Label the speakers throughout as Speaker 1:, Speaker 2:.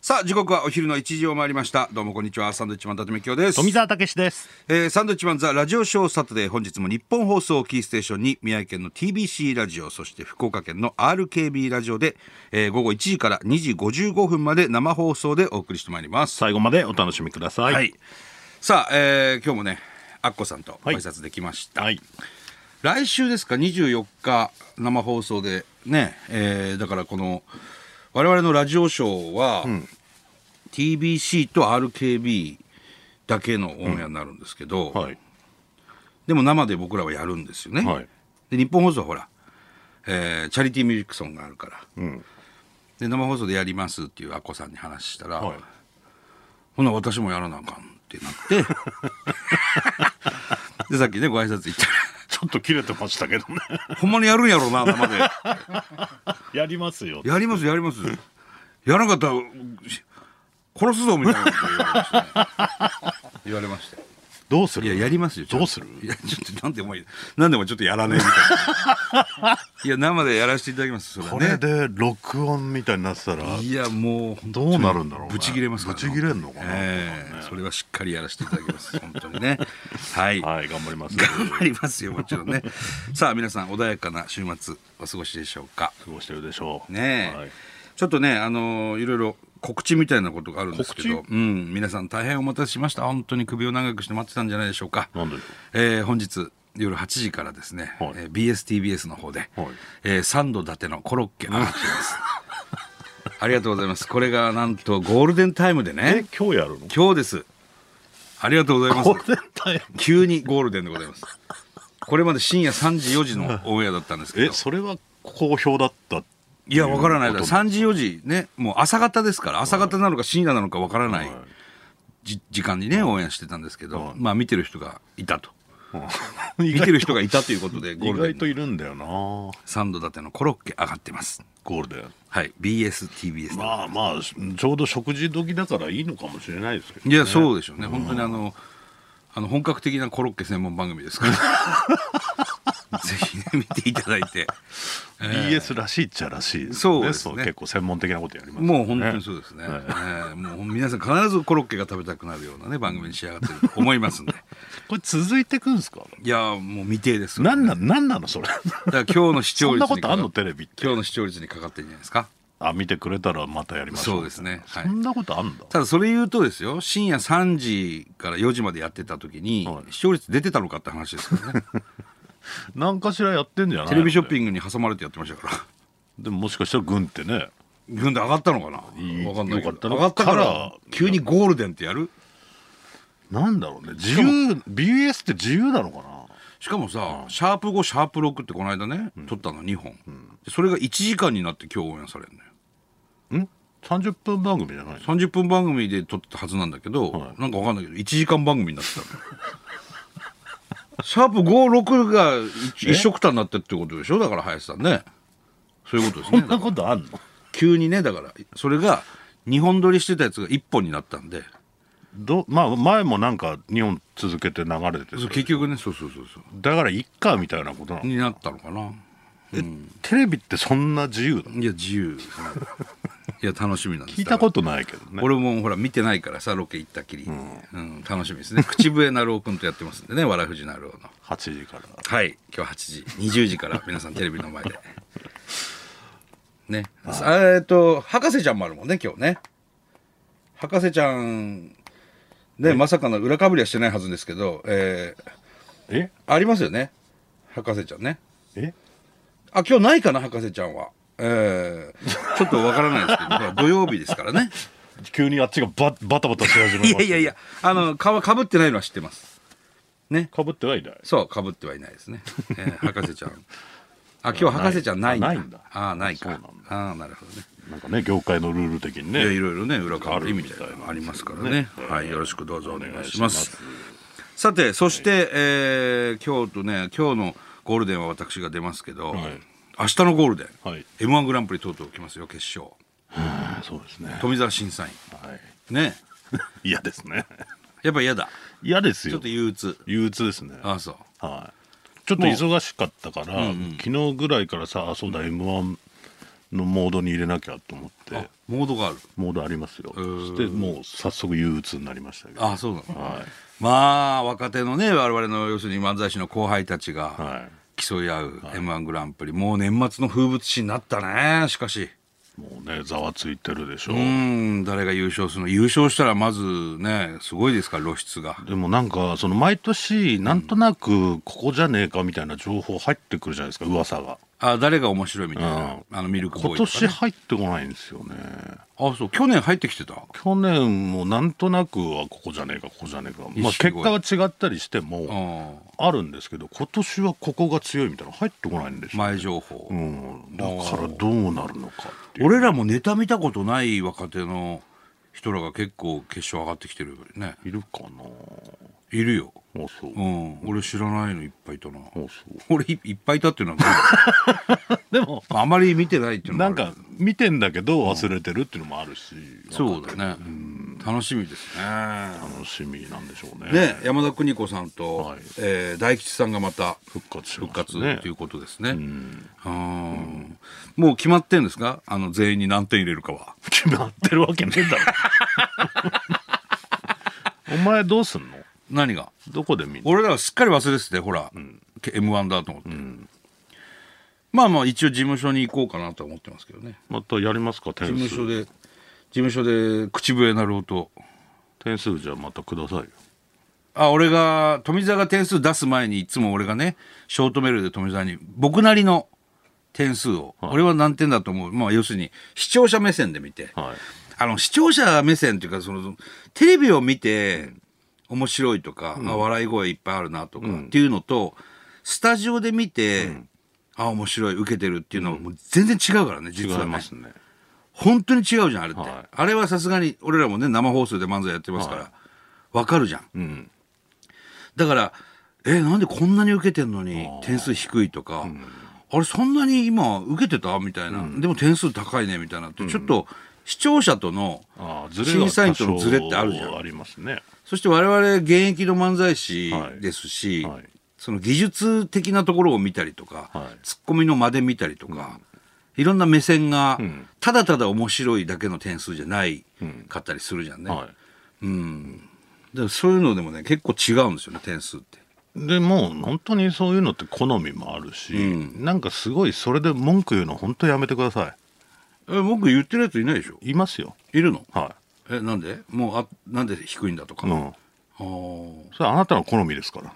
Speaker 1: さあ時刻はお昼の1時を回りましたどうもこんにちはサンドウィッチマン伊達美京です
Speaker 2: 富澤たけしです。
Speaker 1: えーサンドウィッチマンザラジオショーサタデー本日も日本放送をキーステーションに宮城県の TBC ラジオそして福岡県の RKB ラジオで、えー午後1時から2時55分まで生放送でお送りしてまいります
Speaker 2: 最後までお楽しみください。
Speaker 1: はい。さあ、えー今日もねアッコさんとご
Speaker 2: はい
Speaker 1: 挨拶できました、
Speaker 2: はい。
Speaker 1: 来週ですか24日生放送でね、えーだからこの我々のラジオショーは、TBC と RKB だけのオンエアになるんですけど、
Speaker 2: はい。
Speaker 1: でも生で僕らはやるんですよね、
Speaker 2: はい
Speaker 1: で日本放送はほら、えーチャリティーミュージックソンがあるから、で生放送でやりますっていうアッコさんに話したら、
Speaker 2: はい。
Speaker 1: ほな私もやらなあかんってなって でさっきねご挨拶行った
Speaker 2: ちょっと切れてましたけどね。
Speaker 1: らほんまにやるんやろうな生で
Speaker 2: やりますよ。
Speaker 1: やりますやりますやらなかったらし殺すぞみたいなこと言われましたよ
Speaker 2: どう
Speaker 1: 言われましたよい
Speaker 2: す
Speaker 1: や
Speaker 2: る
Speaker 1: やりますよちゃんと
Speaker 2: どうする
Speaker 1: いやちょっとなんでもいいなんでもちょっとやらねえみたいないや生でやらせていただきますそれは
Speaker 2: こ
Speaker 1: ね
Speaker 2: れで録音みたいになってたら、
Speaker 1: いやもう本当
Speaker 2: どうなるんだろうね
Speaker 1: ぶち切れますから
Speaker 2: ぶち切れんのかな
Speaker 1: ええそれはしっかりやらせていただき ます本当にねはい、
Speaker 2: はい、頑張り ます。
Speaker 1: 頑張りますよもちろんねさあ皆さん穏やかな週末お過ごしでしょうか
Speaker 2: 過ごしてるでしょう。
Speaker 1: ねえ、
Speaker 2: はい
Speaker 1: ちょっとねあのーいろいろ告知みたいなことがあるんですけど、
Speaker 2: 告
Speaker 1: うん、皆さん大変お待たせしました本当に首を長くして待ってたんじゃないでしょうか
Speaker 2: なんでしょう
Speaker 1: えー本日夜8時からですね、
Speaker 2: はい
Speaker 1: えー BSTBS の方で、
Speaker 2: はい
Speaker 1: えーサンド伊達のコロッケの 話ですありがとうございますこれがなんとゴールデンタイムで
Speaker 2: え
Speaker 1: ね、
Speaker 2: 今日やるの
Speaker 1: 今日ですありがとうございます
Speaker 2: これだよ。
Speaker 1: 急にゴールデンでございます。これまで深夜3時4時のオンエアだったんですけ
Speaker 2: え、
Speaker 1: ど。
Speaker 2: それは好評だった
Speaker 1: いや、わからないだろ
Speaker 2: ということ
Speaker 1: 3時4時ね、もう朝方ですから、朝方なのか深夜なのかわからない
Speaker 2: はい
Speaker 1: じ時間にね、オンエアしてたんですけど
Speaker 2: は、い
Speaker 1: まあ見てる人がいたと。
Speaker 2: うん意
Speaker 1: 見て
Speaker 2: 外
Speaker 1: る人がいたということで、ゴー
Speaker 2: 意
Speaker 1: ルデ
Speaker 2: 外
Speaker 1: ン
Speaker 2: と
Speaker 1: の
Speaker 2: いるんだよな。ゴ
Speaker 1: サンド伊達のコロッケ上がってます。
Speaker 2: ールデン。
Speaker 1: はい、BS、TBS で。
Speaker 2: まあまあ、ちょうど食事時だからいいのかもしれないですけど。
Speaker 1: いや、そうでしょうね。本当にあの、あの本格的なコロッケ専門番組です から。ぜひね、見ていただいて。
Speaker 2: BS らしいっちゃらしいです
Speaker 1: そう
Speaker 2: よ
Speaker 1: で
Speaker 2: ね。
Speaker 1: すね
Speaker 2: そう結構専門的なことやります
Speaker 1: もう本当にそうですね。
Speaker 2: はい
Speaker 1: ええもう皆さん必ずコロッケが食べたくなるようなね番組に仕上がってると思いますんで。
Speaker 2: これ続いてくんですか
Speaker 1: いやーもう未定です。
Speaker 2: なんななんなのそれ
Speaker 1: だから今日の視聴
Speaker 2: そん
Speaker 1: 率
Speaker 2: な
Speaker 1: に
Speaker 2: ことあんの
Speaker 1: かか
Speaker 2: テレビって
Speaker 1: 今日の視聴率にかかってるんじゃないですか。
Speaker 2: あ見てくれたらまたやりましょう
Speaker 1: そうですねはい
Speaker 2: そんなことあんだ
Speaker 1: ただそれ言うとですよ深夜3時から4時までやってた時に、
Speaker 2: はい
Speaker 1: 視聴率出てたのかって話です からね。
Speaker 2: 何かしらやってんじゃない
Speaker 1: テレビショッ
Speaker 2: ン
Speaker 1: ピングに挟まれてやってましたから。
Speaker 2: グでももしかしたら軍ってね
Speaker 1: 軍で上がったのかな。わ
Speaker 2: いい
Speaker 1: かんないけ
Speaker 2: よかった
Speaker 1: ど。上
Speaker 2: な
Speaker 1: がったか
Speaker 2: からら
Speaker 1: 急にゴールデンってやる。
Speaker 2: なんだろうね自由 BS って自由なのかな
Speaker 1: しかもさ、シャープ5シャープ6ってこの間ね、撮ったの2本、でそれが1時間になって今日オンエアされるのよ
Speaker 2: ん30分番組じゃないの
Speaker 1: 30分番組で撮ってたはずなんだけど、
Speaker 2: はい
Speaker 1: なんかわかんないけど1時間番組になってたのよシャープ56が一一緒くたになってってことでしょだから林さんねそういうことです
Speaker 2: そ
Speaker 1: ね
Speaker 2: んなことあんの
Speaker 1: 急にねだからそれが2本撮りしてたやつが1本になったんで
Speaker 2: どまあ前もなんか日本続けて流れて
Speaker 1: そう
Speaker 2: て
Speaker 1: 結局ねそうそうそうそう
Speaker 2: だからいっかみたいなことなの
Speaker 1: になったのかな
Speaker 2: テレビってそんな自由なの
Speaker 1: いや自由ですねいや楽しみなんです
Speaker 2: 聞いたことないけどね
Speaker 1: 俺もほら見てないからさロケ行ったきり、うん楽しみですね口笛なるおくんとやってますんでねわらふじなるおの
Speaker 2: 8時から
Speaker 1: はい今日8時20時から皆さんテレビの前でねえっと博士ちゃんもあるもんね今日ね博士ちゃんねまさかの裏かぶりはしてないはずですけど、えー
Speaker 2: え
Speaker 1: ありますよね博士ちゃんね
Speaker 2: え
Speaker 1: あ今日ないかな博士ちゃんはえー、ちょっとわからないですけど ほら土曜日ですからね
Speaker 2: 急にあっちがババタバタし始めまし
Speaker 1: い
Speaker 2: た
Speaker 1: やいやいや、あの、かかぶってないのは知ってます。ね。
Speaker 2: かぶってはいない
Speaker 1: そう、かぶってはいないですね。えー博士ちゃん。あ、今日博士ちゃんないんだ。
Speaker 2: ないんだ
Speaker 1: あーないか。
Speaker 2: そうなんだ
Speaker 1: ああ、なるほどね。
Speaker 2: なんかね業界のルール的に
Speaker 1: いや
Speaker 2: ね
Speaker 1: いろいろね、裏か
Speaker 2: あ
Speaker 1: ぶり
Speaker 2: る
Speaker 1: み
Speaker 2: み
Speaker 1: た
Speaker 2: た
Speaker 1: い
Speaker 2: い
Speaker 1: な
Speaker 2: な
Speaker 1: のもありますからね。はい、よろしくどうぞお願いします。
Speaker 2: お願いし
Speaker 1: さて、そして、えー今日とね、今日のゴールデンは私が出ますけど、
Speaker 2: はい
Speaker 1: 明日のゴールデン、
Speaker 2: はい、
Speaker 1: M1 グランプリとうとう来ますよ、決勝。
Speaker 2: あそうですね
Speaker 1: 富澤審査員。
Speaker 2: はい
Speaker 1: ね。
Speaker 2: 嫌で すね
Speaker 1: やっぱ嫌だ。
Speaker 2: 嫌で
Speaker 1: ち
Speaker 2: す
Speaker 1: ょっ
Speaker 2: よ
Speaker 1: と憂鬱。
Speaker 2: 憂鬱ですね
Speaker 1: ああ、そう。
Speaker 2: はいちょっと忙しかったから、昨日ぐらいからさあそうだ m 1のモードに入れなきゃと思って
Speaker 1: モードがある
Speaker 2: モードありますよ
Speaker 1: ー
Speaker 2: そしてもう早速憂鬱になりましたけど
Speaker 1: あそうなの
Speaker 2: は
Speaker 1: まあ若手のね我々の要するに漫才師の後輩たち
Speaker 2: い、
Speaker 1: が
Speaker 2: は
Speaker 1: 競い合う m 1グランプリ、もう年末の風物詩になったねしかし
Speaker 2: い、もうねざわついてるでしょう、
Speaker 1: うん誰が優勝するの優勝したらまずねすごいですから露出が
Speaker 2: でもなんかその毎年なんとなくここじゃねえかみたいな情報入ってくるじゃないですか噂が
Speaker 1: あ誰が面白いみたいな、
Speaker 2: うん
Speaker 1: あのミルクボー
Speaker 2: 今
Speaker 1: イとか、
Speaker 2: 年
Speaker 1: ね、
Speaker 2: 入ってこないんですよね
Speaker 1: あそう去年入ってきてた
Speaker 2: 去年もなんとなくはここじゃねえかここじゃねえか、まあ、
Speaker 1: 錦
Speaker 2: 結
Speaker 1: 鯉
Speaker 2: 果は違ったりしても、
Speaker 1: うん
Speaker 2: あるんですけど今年はここが強いみたいなの入ってこないんでしょ、
Speaker 1: 前情報、
Speaker 2: うん、だからどうなるのかっていう
Speaker 1: 俺らもネタ見たことない若手の人らが結構決勝上がってきてるよね
Speaker 2: いるかない
Speaker 1: るよ
Speaker 2: あそう、
Speaker 1: う
Speaker 2: あ
Speaker 1: ん俺知らないのいっぱいいたな
Speaker 2: そう
Speaker 1: 俺いいっぱいいたっていう のは
Speaker 2: でも
Speaker 1: あまり見てないっていうのも
Speaker 2: な
Speaker 1: あ
Speaker 2: ん
Speaker 1: る
Speaker 2: か見てんだけど忘れてるっていうのもあるし、
Speaker 1: そうだね楽しみですね
Speaker 2: 楽しみなんでしょうね
Speaker 1: ね山田邦子さんと、
Speaker 2: はい
Speaker 1: えー大吉さんがまた
Speaker 2: 復活しま
Speaker 1: 復
Speaker 2: す
Speaker 1: 活
Speaker 2: ね
Speaker 1: ということですねうんもう決まってんですかあの全員に何点入れるかは
Speaker 2: 決まってるわけねえ だろお前どうすんの
Speaker 1: 何が
Speaker 2: どこで見んの
Speaker 1: 俺らはすっかり忘れててほら、m 1だと思って、まあまあ一応事務所に行こうかなとは思ってますけどね
Speaker 2: またやりますか点
Speaker 1: 事務所
Speaker 2: 数
Speaker 1: で事務所で口笛なる音
Speaker 2: 点数じゃあまたくださいよ
Speaker 1: あ俺が富澤が点数出す前にいつも俺がねショートメールで富澤に僕なりの点数を、俺は何点だと思う、まあ、要するに視聴者目線で見て、
Speaker 2: はい
Speaker 1: あの視聴者目線というかそのテレビを見て面白いとか、あ笑い声いっぱいあるなとか、っていうのとスタジオで見て、あ面白い受けてるっていうのはもう全然違うからね
Speaker 2: 違い
Speaker 1: 実はね
Speaker 2: ますね
Speaker 1: 本当に違うじゃんあれって、
Speaker 2: はい
Speaker 1: あれはさすがに俺らもね生放送で漫才やってますから、わかるじゃん
Speaker 2: うん
Speaker 1: だからえなんでこんなに受けてんのに点数低いとか、あれそんなに今受けてたみたいな、でも点数高いねみたいなって、ちょっと視聴者との
Speaker 2: ああズレは
Speaker 1: 審査員とのズレってあるじゃ
Speaker 2: 多少
Speaker 1: ん
Speaker 2: ありますね
Speaker 1: そして我々現役の漫才師ですし、
Speaker 2: はいはい
Speaker 1: その技術的なところを見たりとか、
Speaker 2: はい
Speaker 1: ツッコミの間で見たりとか、いろんな目線がただただ面白いだけの点数じゃないかったりするじゃんね、
Speaker 2: はい
Speaker 1: だからそういうのでもね結構違うんですよね点数って
Speaker 2: でもう本当にそういうのって好みもあるし、なんかすごいそれで文句言うの本当やめてくださ
Speaker 1: え僕言ってるやついないでしょ
Speaker 2: いいますよ
Speaker 1: いるの
Speaker 2: は
Speaker 1: えなんでもうあなんで低いんだとか、
Speaker 2: い、う
Speaker 1: あ
Speaker 2: ん、
Speaker 1: ー
Speaker 2: それはあなたの好みですから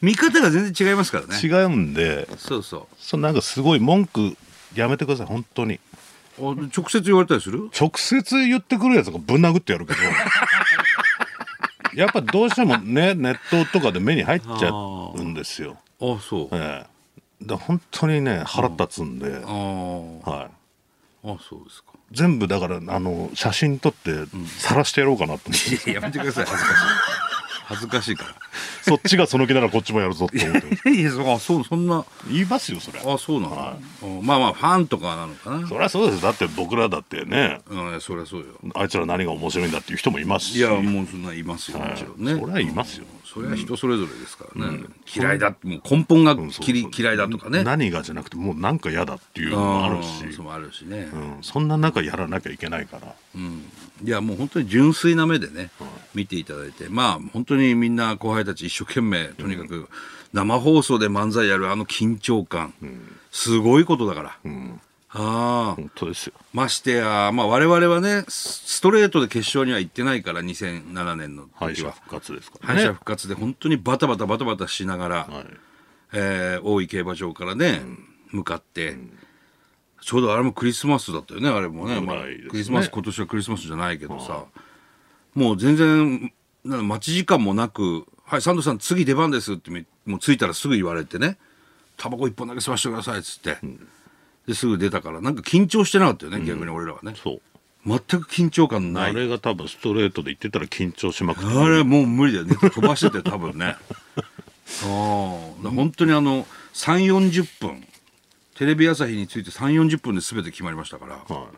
Speaker 1: 見方が全然違いますからね
Speaker 2: 違うんで
Speaker 1: そうそ
Speaker 2: そうなんかすごい文句やめてください本当に
Speaker 1: うあ直接言われたりする
Speaker 2: 直接言ってくるやつがぶん殴ってや るけどやっぱどうしてもねネットとかで目に入っちゃうんですよ、
Speaker 1: あそう、あ
Speaker 2: ええ、だから本当にね腹立つんで、
Speaker 1: ー
Speaker 2: はい、
Speaker 1: あそうですか
Speaker 2: 全部だからあの写真撮って晒してやろうかなと思っ て、
Speaker 1: いややめてください恥ずかしい恥ずかしいか
Speaker 2: そっちがその気ならこっちもやるぞって思って ます
Speaker 1: ら いやそうあそうそんな
Speaker 2: 言いますよそりゃ
Speaker 1: あそうなの、うんまあまあファンとかなのかな
Speaker 2: そりゃそうですだって僕らだってね
Speaker 1: うんそりゃそうよ
Speaker 2: あいつら何が面白いんだっていう人もいますし
Speaker 1: いやもうそんなんいますよもちろんね、
Speaker 2: そりゃいますよ
Speaker 1: それは人それぞれですからね、嫌いだもう根本が
Speaker 2: うんそう
Speaker 1: きり嫌いだとかね
Speaker 2: 何がじゃなくてもうなんか嫌だっていうのもあるし
Speaker 1: うんそうもあるしね、
Speaker 2: うん、そんな中やらなきゃいけないから、
Speaker 1: いやもう本当に純粋な目でね、見ていただいてまあ本当にみんな後輩たち一生懸命とにかく生放送で漫才やるあの緊張感、すごいことだから、ああ
Speaker 2: 本当ですよ
Speaker 1: ましてや、まあ、我々はねスストレートで決勝には行ってないから2007年の
Speaker 2: 敗
Speaker 1: 時
Speaker 2: 者
Speaker 1: は
Speaker 2: 復活ですから
Speaker 1: 敗
Speaker 2: ね
Speaker 1: 者復活で本当にバタバタバタバタしながら、
Speaker 2: はい、
Speaker 1: えー大井競馬場からね、向かって、ちょうどあれもクリスマスだったよねあれもね,、
Speaker 2: ぐ
Speaker 1: まあ
Speaker 2: らいですね
Speaker 1: クリスマス今年はクリスマスじゃないけどさ、もう全然な待ち時間もなく「はいサンドさん次出番です」ってみもう着いたらすぐ言われてね「タバコ一本だけ吸わせてください」っつって、ですぐ出たからなんか緊張してなかったよね、逆に俺らはね
Speaker 2: そう
Speaker 1: 全く緊張感な
Speaker 2: あ
Speaker 1: い
Speaker 2: れが多分ストレートで言ってたら緊張しまくって
Speaker 1: あれもう無理だよね飛ばして て多分ねああだから本当にあの3 4 0分テレビ朝日について3 4 0分で全て決まりましたから
Speaker 2: はい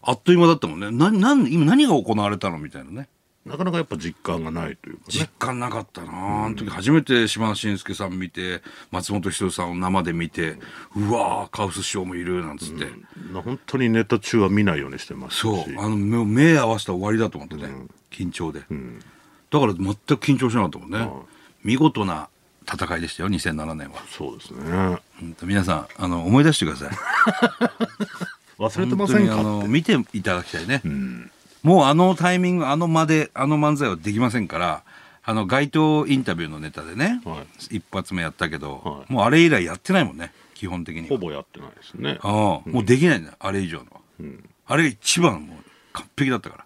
Speaker 1: あっという間だったもんねななん今何が行われたのみたいなね
Speaker 2: なかなかやっぱ実感がないというか
Speaker 1: 実感なかったな、あの時初めて島田紳介さん見て松本人志さんを生で見てうわーカウス師匠もいるなんつって、
Speaker 2: ねな本当にネタ中は見ないようにしてますし
Speaker 1: そうあの目を目合わせたら終わりだと思ってね、緊張で、だから全く緊張しなかったもんね、見事な戦いでしたよ2007年は、
Speaker 2: そうですね
Speaker 1: うんと皆さんあの思い出してください
Speaker 2: 忘れてま
Speaker 1: 本
Speaker 2: せ
Speaker 1: 当
Speaker 2: ん
Speaker 1: にあ
Speaker 2: かっ
Speaker 1: の
Speaker 2: て
Speaker 1: 見ていただきたいね、もうあのタイミングあの間であの漫才はできませんからあの街頭インタビューのネタでね、
Speaker 2: は
Speaker 1: 一発目やったけど、
Speaker 2: は
Speaker 1: もうあれ以来やってないもんね基本的に
Speaker 2: ほ
Speaker 1: は
Speaker 2: ぼやってないですね
Speaker 1: ああ、もうできないんだよあれ以上のは、あれが一番もう完璧だったから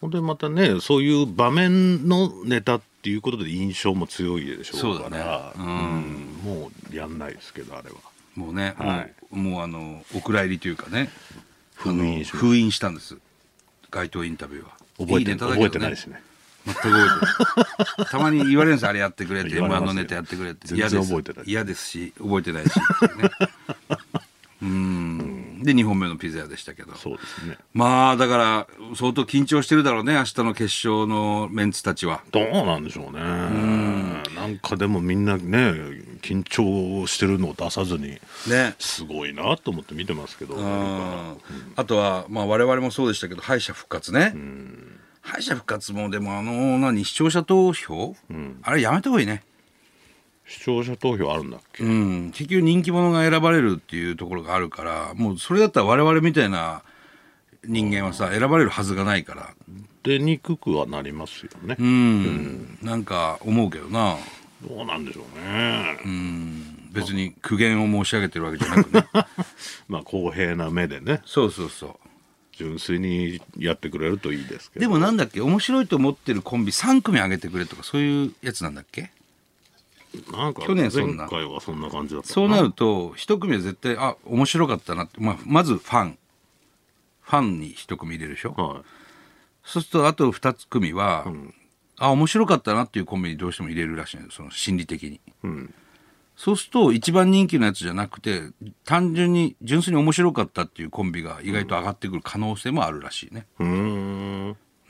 Speaker 2: ほんでまたねそういう場面のネタっていうことで印象も強いでしょう
Speaker 1: そ
Speaker 2: から
Speaker 1: うだねう
Speaker 2: うんもうやんないですけどあれは
Speaker 1: もうね、
Speaker 2: はい
Speaker 1: もうもうあのお蔵入りというかね
Speaker 2: 封印し
Speaker 1: あの封印したんです街頭インタビューは
Speaker 2: 覚えて
Speaker 1: いいネタだけど
Speaker 2: 覚えてないですね
Speaker 1: 全く覚えてないたまに言われるんですあれやってくれって
Speaker 2: 言われ
Speaker 1: M−1
Speaker 2: ますよ
Speaker 1: のネタやってくれって
Speaker 2: 全
Speaker 1: 嫌
Speaker 2: 然
Speaker 1: です
Speaker 2: 覚えてない
Speaker 1: 嫌ですし覚えてないしって いうねうーんで2本目のピザ屋でしたけど
Speaker 2: そうですね
Speaker 1: まあだから相当緊張してるだろうね明日の決勝のメンツたちは
Speaker 2: どうなんでしょうねなんかでもみんなね緊張してるのを出さずに
Speaker 1: ね
Speaker 2: すごいなと思って見てますけど
Speaker 1: うんあとは、まあ、我々もそうでしたけど敗者復活ね、敗者復活もでもあの何視聴者投票、あれやめた方がいいね、
Speaker 2: 視聴者投票あるんだっけ
Speaker 1: うん、結局人気者が選ばれるっていうところがあるからもうそれだったら我々みたいな人間はさ選ばれるはずがないから
Speaker 2: 出にくくはなりますよね
Speaker 1: うん、なんか思うけどな
Speaker 2: どうなんでしょうね
Speaker 1: 別に苦言を申し上げてるわけじゃなくね
Speaker 2: まあ公平な目でね
Speaker 1: そうそうそ
Speaker 2: 純粋にやってくれるといいです
Speaker 1: う
Speaker 2: け
Speaker 1: で
Speaker 2: ど
Speaker 1: もなんだっけ面白いと思ってるコンビ3組上げてくれとかそういうやつなんだっけ
Speaker 2: なんか
Speaker 1: 去年そんな
Speaker 2: 前回はそんな感じだった
Speaker 1: そうなると一組は絶対あ面白かったなって、まあ、まずファンファンに一組入れるでしょ
Speaker 2: は
Speaker 1: そうするとあと二つ組は、あ面白かったなっていうコンビにどうしても入れるらしいのよその心理的に、
Speaker 2: ん
Speaker 1: そうすると一番人気のやつじゃなくて単純に純粋に面白かったっていうコンビが意外と上がってくる可能性もあるらしいね、
Speaker 2: いうー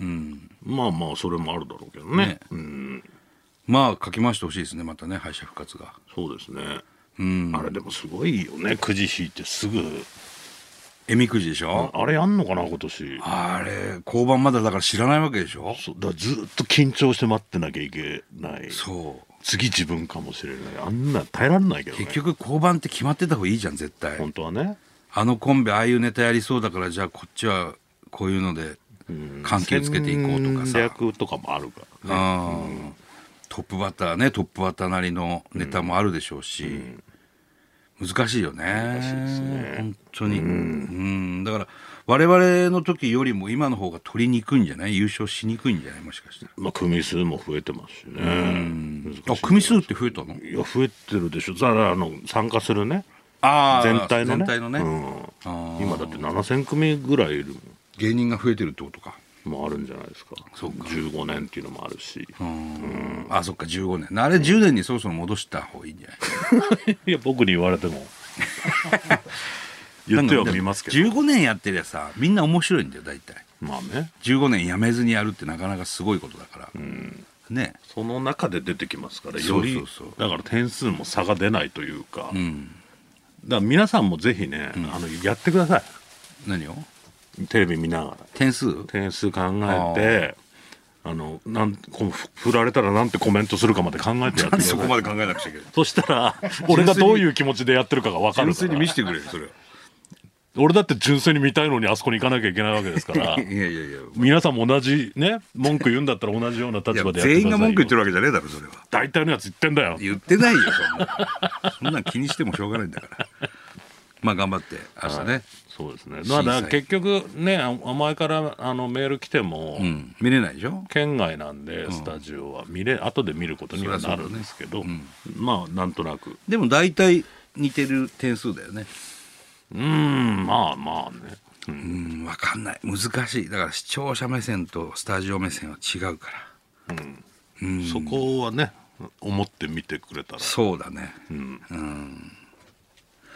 Speaker 2: んまあまあそれもあるだろうけどね
Speaker 1: ね
Speaker 2: うん
Speaker 1: まあ書き回してほしいですねまたね敗者復活が
Speaker 2: そうですね
Speaker 1: うん
Speaker 2: あれでもすごいよねくじ引いてすぐ
Speaker 1: えみくじでしょ、
Speaker 2: あれやんのかな今年
Speaker 1: あれ交番まだだから知らないわけでしょ
Speaker 2: そうだからずっと緊張して待ってなきゃいけない
Speaker 1: そう
Speaker 2: 次自分かもしれないあんな耐えられないけどね
Speaker 1: 結局交番って決まってた方がいいじゃん絶対
Speaker 2: 本当はね
Speaker 1: あのコンビああいうネタやりそうだからじゃあこっちはこういうので関係つけていこうとか
Speaker 2: 戦
Speaker 1: さ、
Speaker 2: 略とかもあるからね
Speaker 1: あートップバッターねトップバッターなりのネタもあるでしょうし、難しいよね
Speaker 2: しいですね
Speaker 1: 本当にうんだから我々の時よりも今の方が取りにくいんじゃない優勝しにくいんじゃないもしかしたら
Speaker 2: まあ組数も増えてますしね難しい
Speaker 1: あ組数って増えたの
Speaker 2: いや増えてるでしょだからあの参加するね
Speaker 1: あー
Speaker 2: 全体のね
Speaker 1: 全体のね、
Speaker 2: うん、今だって7000組ぐらいいる
Speaker 1: 芸人が増えてるってことか
Speaker 2: もあるんじゃないですか
Speaker 1: そうか
Speaker 2: 15年っていうのもあるし、
Speaker 1: あそっか15年あれ10年にそろそろ戻した方がいいんじゃない
Speaker 2: いや僕に言われても 言ってはみますけど
Speaker 1: なんか15年やってりゃさみんな面白いんだよ大体
Speaker 2: まあね
Speaker 1: 15年やめずにやるってなかなかすごいことだから、ね
Speaker 2: その中で出てきますから
Speaker 1: そ
Speaker 2: よ
Speaker 1: う
Speaker 2: り
Speaker 1: そうそう
Speaker 2: だから点数も差が出ないというか、だから皆さんもぜひね、あのやってくださ
Speaker 1: 何を
Speaker 2: いテレビ見ながら
Speaker 1: 点数
Speaker 2: 点数考えてあのなんこうふ振られたらなんてコメントするかまで考えてやってください
Speaker 1: まで考えなくちゃいけない
Speaker 2: そしたら俺がどういう気持ちでやってるかが分かる
Speaker 1: 純
Speaker 2: か
Speaker 1: 粋に見
Speaker 2: ら
Speaker 1: せてくれよそれは
Speaker 2: 俺だって純粋に見たいのにあそこに行かなきゃいけないわけですから
Speaker 1: いやいやいや
Speaker 2: 皆さんも同じね文句言うんだったら同じような立場でやってください
Speaker 1: 全員が文句言って
Speaker 2: る
Speaker 1: るわけじゃねえだろそれは
Speaker 2: 大体のやつ言ってんだよ
Speaker 1: 言ってないよそんなそんなん気にしてもしょうがないんだからまあ頑張って明日ね、
Speaker 2: そうですねまあだから結局ねあお前からあのメール来ても、
Speaker 1: うん見れないでしょ
Speaker 2: 県外なんでスタジオは見れ後で見ることにはなるんですけど、まあなんとなく
Speaker 1: でも大体似てる点数だよね
Speaker 2: うーんまあまあね
Speaker 1: うん分かんない難しいだから視聴者目線とスタジオ目線は違うから
Speaker 2: そこはね思って見てくれたら
Speaker 1: そうだね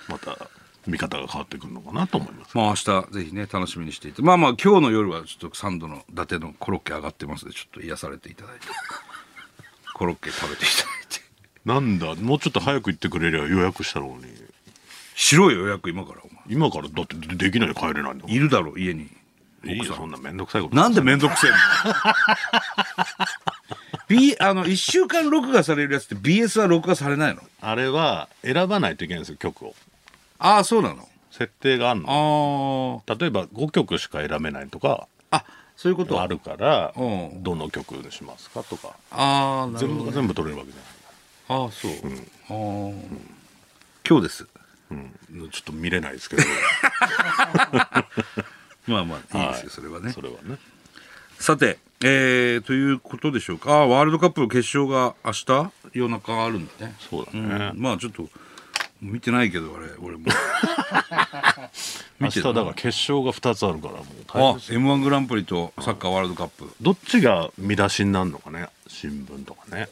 Speaker 2: また見方が変わってくるのかなと思います。
Speaker 1: まあ明日ぜひね楽しみにしていてまあまあ今日の夜はちょっとサンドの伊達のコロッケ上がってますのでちょっと癒されていただい てコロッケ食べていただいて
Speaker 2: なんだもうちょっと早く行ってくれりゃ予約したのに
Speaker 1: 白い予約今からお前
Speaker 2: 今からだってできないで帰れないんだもん
Speaker 1: いるだろ家に
Speaker 2: いいよそんな面倒くさいこと
Speaker 1: なんで面倒くせえの B あの1週間録画されるやつって BS は録画されないの
Speaker 2: あれは選ばないといけないんですよ曲を
Speaker 1: ああそうなの
Speaker 2: 設定があるの
Speaker 1: あ
Speaker 2: 例えば5曲しか選べないとか
Speaker 1: ああそういうこと
Speaker 2: あるから
Speaker 1: うん
Speaker 2: どの曲にしますかとか
Speaker 1: ああなる
Speaker 2: 全
Speaker 1: ほど
Speaker 2: 部全部取れるわけじゃ
Speaker 1: ああそう、ああ、今日です
Speaker 2: ない、うん、ちょっと見れないですけど
Speaker 1: まあまあいいですよ、
Speaker 2: はい
Speaker 1: それはね
Speaker 2: それはね
Speaker 1: さてえー、ということでしょうかあーワールドカップの決勝が明日夜中あるんだね
Speaker 2: そうだね、
Speaker 1: うんまあちょっと見てないけどあれ 俺も
Speaker 2: 明日
Speaker 1: てた
Speaker 2: だから決勝が2つあるからもう大変
Speaker 1: あ
Speaker 2: ですよ
Speaker 1: m 1グランプリとサッカーワールドカップ
Speaker 2: どっちが見出しになるのかね新聞とかね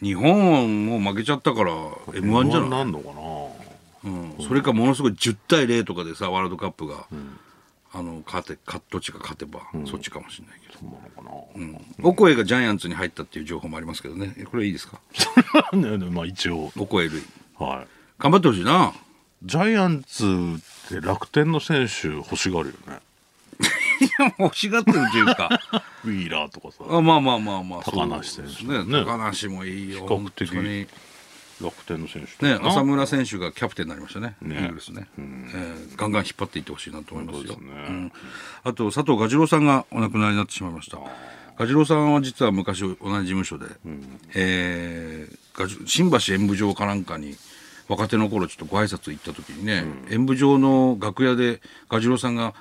Speaker 1: 日本も負けちゃったから m 1じゃ
Speaker 2: M1
Speaker 1: ない、
Speaker 2: なんのかな
Speaker 1: うん、それかものすごい10対0とかでさワールドカップが、あの勝て勝どっちか勝てば、そっちかもしれないけど、
Speaker 2: そうなのかな、
Speaker 1: オコエがジャイアンツに入ったっていう情報もありますけどねえこれいいですか
Speaker 2: ねねまあ一応
Speaker 1: オコエ類
Speaker 2: はい
Speaker 1: 頑張ってほしいな
Speaker 2: ジャイアンツって楽天の選手欲しがるよね
Speaker 1: 欲しがってるという か
Speaker 2: ウィーラーとかさ
Speaker 1: あまあまあまあまあ
Speaker 2: 高梨選手
Speaker 1: そうですね
Speaker 2: ね
Speaker 1: 高梨もいいよ
Speaker 2: 比較的
Speaker 1: 本当に
Speaker 2: 楽天の選手とか
Speaker 1: ね
Speaker 2: な
Speaker 1: 浅村選手がキャプテンになりましたね
Speaker 2: ね
Speaker 1: イーグルスね、えーガンガン引っ張っていってほしいなと思いますよ
Speaker 2: 本当ですね
Speaker 1: うんあと佐藤蛾次郎さんがお亡くなりになってしまいました蛾次郎さんは実は昔同じ事務所で、えー蛾次新橋演舞場かなんかに若手の頃ちょっとご挨拶行った時にね、演舞場の楽屋で蛾次郎さんが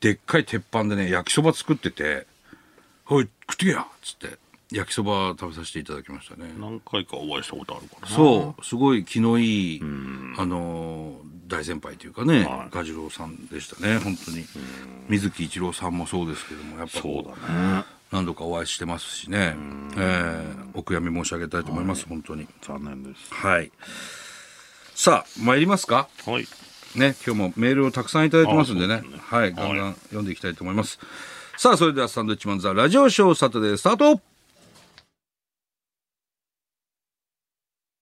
Speaker 1: でっかい鉄板でね焼きそば作ってて「おい食ってけや!」っつって焼きそば食べさせていただきましたね。
Speaker 2: 何回かお会いしたことあるからう
Speaker 1: そうすごい気のいい、あのー大先輩というかね、
Speaker 2: はい
Speaker 1: 蛾次郎さんでしたね本当に水木一郎さんもそうですけどもやっぱ
Speaker 2: そう
Speaker 1: こ
Speaker 2: だ
Speaker 1: う
Speaker 2: ね
Speaker 1: 何度かお会いしてますしね、えーお悔やみ申し上げたいと思います、本当に
Speaker 2: 残念です
Speaker 1: はいさあ参りますか
Speaker 2: はい
Speaker 1: ね、今日もメールをたくさんいただいてますんで
Speaker 2: あ
Speaker 1: ね
Speaker 2: そうですね
Speaker 1: はい、ガンガ
Speaker 2: は
Speaker 1: ン読んでいきたいと思います。さあ、それではサンドウィッチマンザラジオショーサタデースタート